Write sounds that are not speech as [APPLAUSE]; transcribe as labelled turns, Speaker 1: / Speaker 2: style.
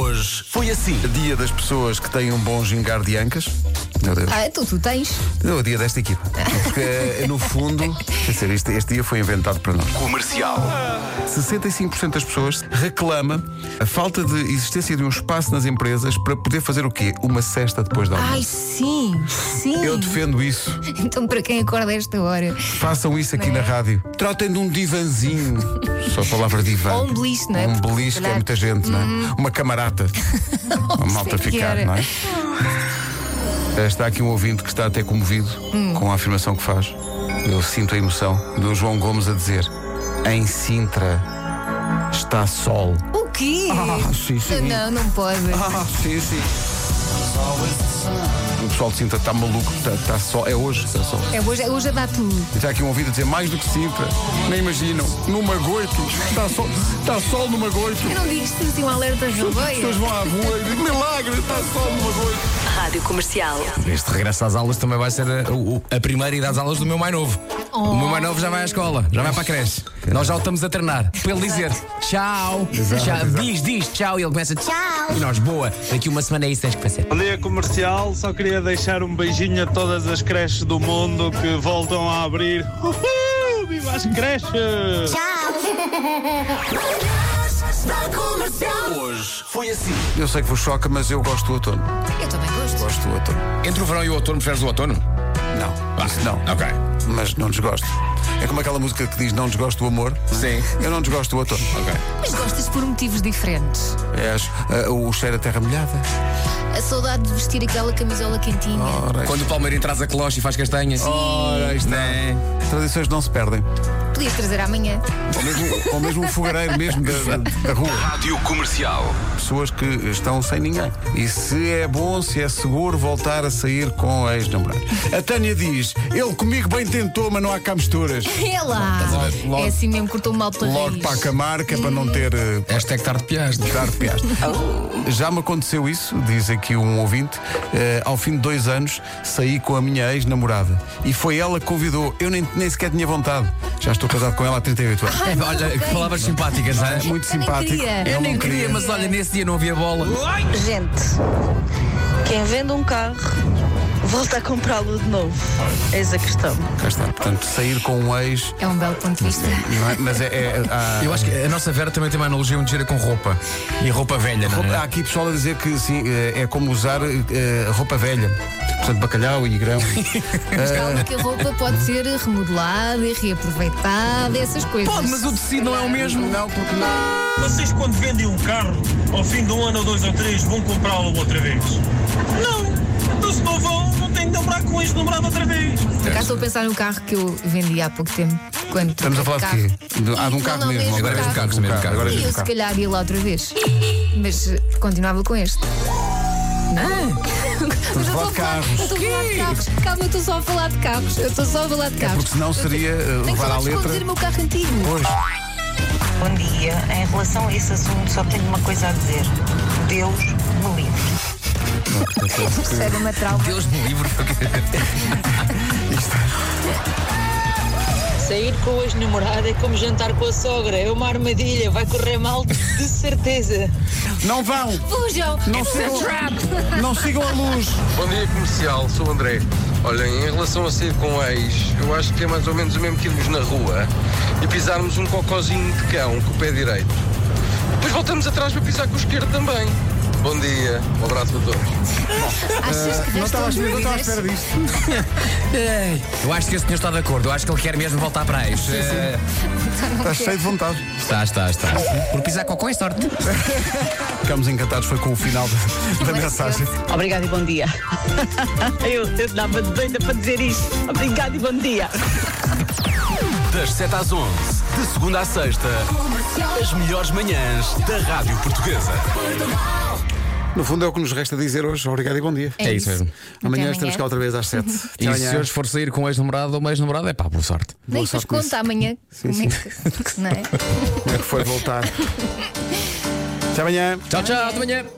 Speaker 1: Hoje foi assim.
Speaker 2: Dia das pessoas que têm um bom gingar de ancas. Meu Deus.
Speaker 3: Ah, tu, tu tens.
Speaker 2: Não, o dia desta equipa. Porque, eh, no fundo,
Speaker 3: [LAUGHS]
Speaker 2: quer dizer, este, este dia foi inventado para nós.
Speaker 1: Comercial.
Speaker 2: 65% das pessoas reclama a falta de existência de um espaço nas empresas para poder fazer o quê? Uma cesta depois da almoço.
Speaker 3: Ai, sim, sim.
Speaker 2: Eu defendo isso.
Speaker 3: Então, para quem acorda a esta hora,
Speaker 2: Façam isso aqui
Speaker 3: Né?
Speaker 2: na rádio. Tratem de um divanzinho. [LAUGHS] Só a palavra divã.
Speaker 3: Ou um beliche, não é?
Speaker 2: Um
Speaker 3: Porque,
Speaker 2: beliche
Speaker 3: se
Speaker 2: que é
Speaker 3: calhar- Uhum.
Speaker 2: muita gente, não é? Uma
Speaker 3: [LAUGHS]
Speaker 2: camarata. Uma malta
Speaker 3: sei que
Speaker 2: ficar,
Speaker 3: era.
Speaker 2: não é? Está aqui um ouvinte que está até comovido
Speaker 3: Hum.
Speaker 2: com a afirmação que faz. Eu sinto a emoção do João Gomes a dizer: Em Sintra está sol. Ah,
Speaker 3: o quê?
Speaker 2: sim,
Speaker 3: Não, não pode.
Speaker 2: Ah, sim, sim. O pessoal de Sintra está maluco, está, está sol. É hoje, está sol.
Speaker 3: É, hoje, hoje é dar tudo.
Speaker 2: E está aqui um ouvido a dizer mais do que Sintra. Nem imaginam. No Magoito. Tá Está sol, está sol no Magoito.
Speaker 3: Eu não digo isto assim, um alerta
Speaker 2: As pessoas
Speaker 3: rabeia.
Speaker 2: vão à rua e dizem, milagre, está sol no Magoito.
Speaker 4: Rádio Comercial.
Speaker 5: Este regresso às aulas também vai ser a, o- a primeira ida às aulas do meu mais novo. O meu mais novo já vai à escola, já vai para a creche. Nós já o estamos a treinar. Para ele dizer tchau, tchau, diz, diz tchau, e ele começa tchau. E nós, boa, daqui uma semana é isso que tens que fazer.
Speaker 6: Bom dia comercial, só queria deixar um beijinho a todas as creches do mundo que voltam a abrir. Uhul! Viva as creches!
Speaker 1: Hoje foi assim.
Speaker 2: Eu sei que vos choca, mas eu gosto do outono.
Speaker 3: Eu também gosto.
Speaker 2: Gosto do outono.
Speaker 5: Entre o verão e o outono, preferes o outono? Ah,
Speaker 2: Não, isso não.
Speaker 5: Ok.
Speaker 2: Mas não desgosto. É como aquela música que diz não desgosto do amor.
Speaker 5: Sim.
Speaker 2: Eu não desgosto do outono.
Speaker 5: Ok.
Speaker 3: Mas gostas por motivos diferentes.
Speaker 2: É, acho, ah, o cheiro a terra molhada.
Speaker 3: A saudade de vestir aquela camisola quentinha.
Speaker 2: Ora, é-
Speaker 5: Quando o Palmeirinho traz a cloche e faz assim, castanhas. Ora, isto é.
Speaker 2: Tradições não se perdem.
Speaker 3: Podias trazer amanhã. [LAUGHS]
Speaker 2: Ou mesmo, ou mesmo um fogareiro mesmo da, da- da rua.
Speaker 1: Rádio Comercial.
Speaker 2: Pessoas que estão sem ninguém. E se é bom, se é seguro voltar a sair com a ex-namorada. A Tânia diz: ele comigo bem tentou, mas não há cá misturas.
Speaker 3: É lá.
Speaker 2: Logo-
Speaker 3: É assim mesmo, cortou mal pela
Speaker 2: Logo
Speaker 3: raiz.
Speaker 2: para a camarca, para não ter eh,
Speaker 5: Hashtag tarde piás.
Speaker 2: Dar piaste.
Speaker 5: Oh.
Speaker 2: Já me aconteceu isso, diz aqui um ouvinte. eh, ao fim de dois anos saí com a minha ex-namorada e foi ela que convidou. Eu nem, nem sequer tinha vontade. Já estou casado com ela há 38 anos.
Speaker 5: É, Olha, que palavras simpáticas, não é?
Speaker 2: Muito
Speaker 3: Eu nem
Speaker 2: simpático.
Speaker 3: queria.
Speaker 2: Ela
Speaker 5: Eu nem
Speaker 2: não
Speaker 5: queria, mas olha, nesse dia não havia bola.
Speaker 7: Gente, quem vende um carro volta a comprá-lo de novo. Eis a questão.
Speaker 2: Cá está. Portanto, sair com um ex.
Speaker 3: É um belo ponto de vista.
Speaker 2: não é? Mas é. é- há,
Speaker 5: Eu acho que a nossa Vera também tem uma analogia muito gira com roupa. E roupa velha, não
Speaker 2: há
Speaker 5: é?
Speaker 2: aqui pessoal a dizer que sim, eh, é como usar eh, roupa velha. Portanto, bacalhau e grão.
Speaker 3: Mas calma que a roupa pode ser remodelada e reaproveitada, essas coisas.
Speaker 5: Pode, mas o tecido não é o mesmo.
Speaker 2: não, porque não.
Speaker 8: Vocês quando vendem um carro, ao fim de um ano ou dois ou três, vão comprá-lo outra vez? Não! Então se não vão, não têm de dobrar com este namorado outra vez.
Speaker 3: Por acaso estou a pensar no carro que eu vendi há pouco tempo. Quando
Speaker 2: Estamos a falar de
Speaker 3: carro.
Speaker 2: quê? De- ah, de um
Speaker 3: Não,
Speaker 2: carro
Speaker 3: não,
Speaker 2: mesmo.
Speaker 3: mesmo
Speaker 2: Agora é de um
Speaker 3: carro.
Speaker 2: carro. de um carro. Agora é
Speaker 3: E
Speaker 2: de um
Speaker 3: eu se
Speaker 2: carro.
Speaker 3: calhar ia lá outra vez. Mas eh, continuava com este. [LAUGHS] Não!
Speaker 2: Ah! a falar de carros.
Speaker 3: Eu estou a falar de carros. Calma, eu estou só a falar de carros. Eu estou só a falar de carros.
Speaker 2: É Porque senão seria eh,
Speaker 3: Tenho
Speaker 2: levar à
Speaker 3: saudades de
Speaker 2: letra.
Speaker 3: conduzir o meu carro antigo.
Speaker 2: Pois.
Speaker 9: Bom dia. Em relação a esse assunto, só tenho uma coisa a dizer. Deus me livre.
Speaker 3: Percebe uma trauma.
Speaker 5: Deus me livre.
Speaker 10: Sair com o ex-namorado é como jantar com a sogra, é uma armadilha, vai correr mal de certeza.
Speaker 2: Não vão!
Speaker 3: Fujam!
Speaker 2: Não sigam, não sigam a luz.
Speaker 11: Bom dia comercial, sou o André. Olha, em relação a sair com ex, eu acho que é mais ou menos o mesmo que irmos na rua e pisarmos um cocozinho de cão com o pé direito. Depois voltamos atrás para pisar com o esquerdo também. Bom dia, um abraço para todos.
Speaker 3: Achas
Speaker 2: eh,
Speaker 3: que é
Speaker 2: Não
Speaker 3: restam
Speaker 2: estava à espera, não estava à
Speaker 3: dúvidas?
Speaker 2: espera disto.
Speaker 5: Eu acho que esse senhor está de acordo. Eu acho que ele quer mesmo voltar para aí. Eh,
Speaker 2: Estás cheio de vontade.
Speaker 5: Está, está, está. Por pisar cocó é sorte.
Speaker 2: Ficamos encantados, foi com o final da- da mensagem.
Speaker 10: Obrigado e bom dia. [LAUGHS] Eu, eu dava doida para dizer isto. Obrigado e bom dia.
Speaker 1: Das 7 às 11, de segunda à sexta, as melhores manhãs da Rádio Portuguesa.
Speaker 2: No fundo é o que nos resta dizer hoje. Obrigado e bom dia.
Speaker 5: É isso mesmo.
Speaker 2: Amanhã estamos cá outra vez às 7.
Speaker 5: [LAUGHS] E se hoje for sair com um ex-namorado ou uma ex-namorada, é pá, boa sorte.
Speaker 3: Nem
Speaker 2: sorte
Speaker 3: vos
Speaker 2: nisso.
Speaker 3: conta amanhã como
Speaker 2: sim.
Speaker 3: é que. Não é?
Speaker 2: [LAUGHS] Como é que foi voltar? Até amanhã.
Speaker 5: Tchau, tchau, até amanhã.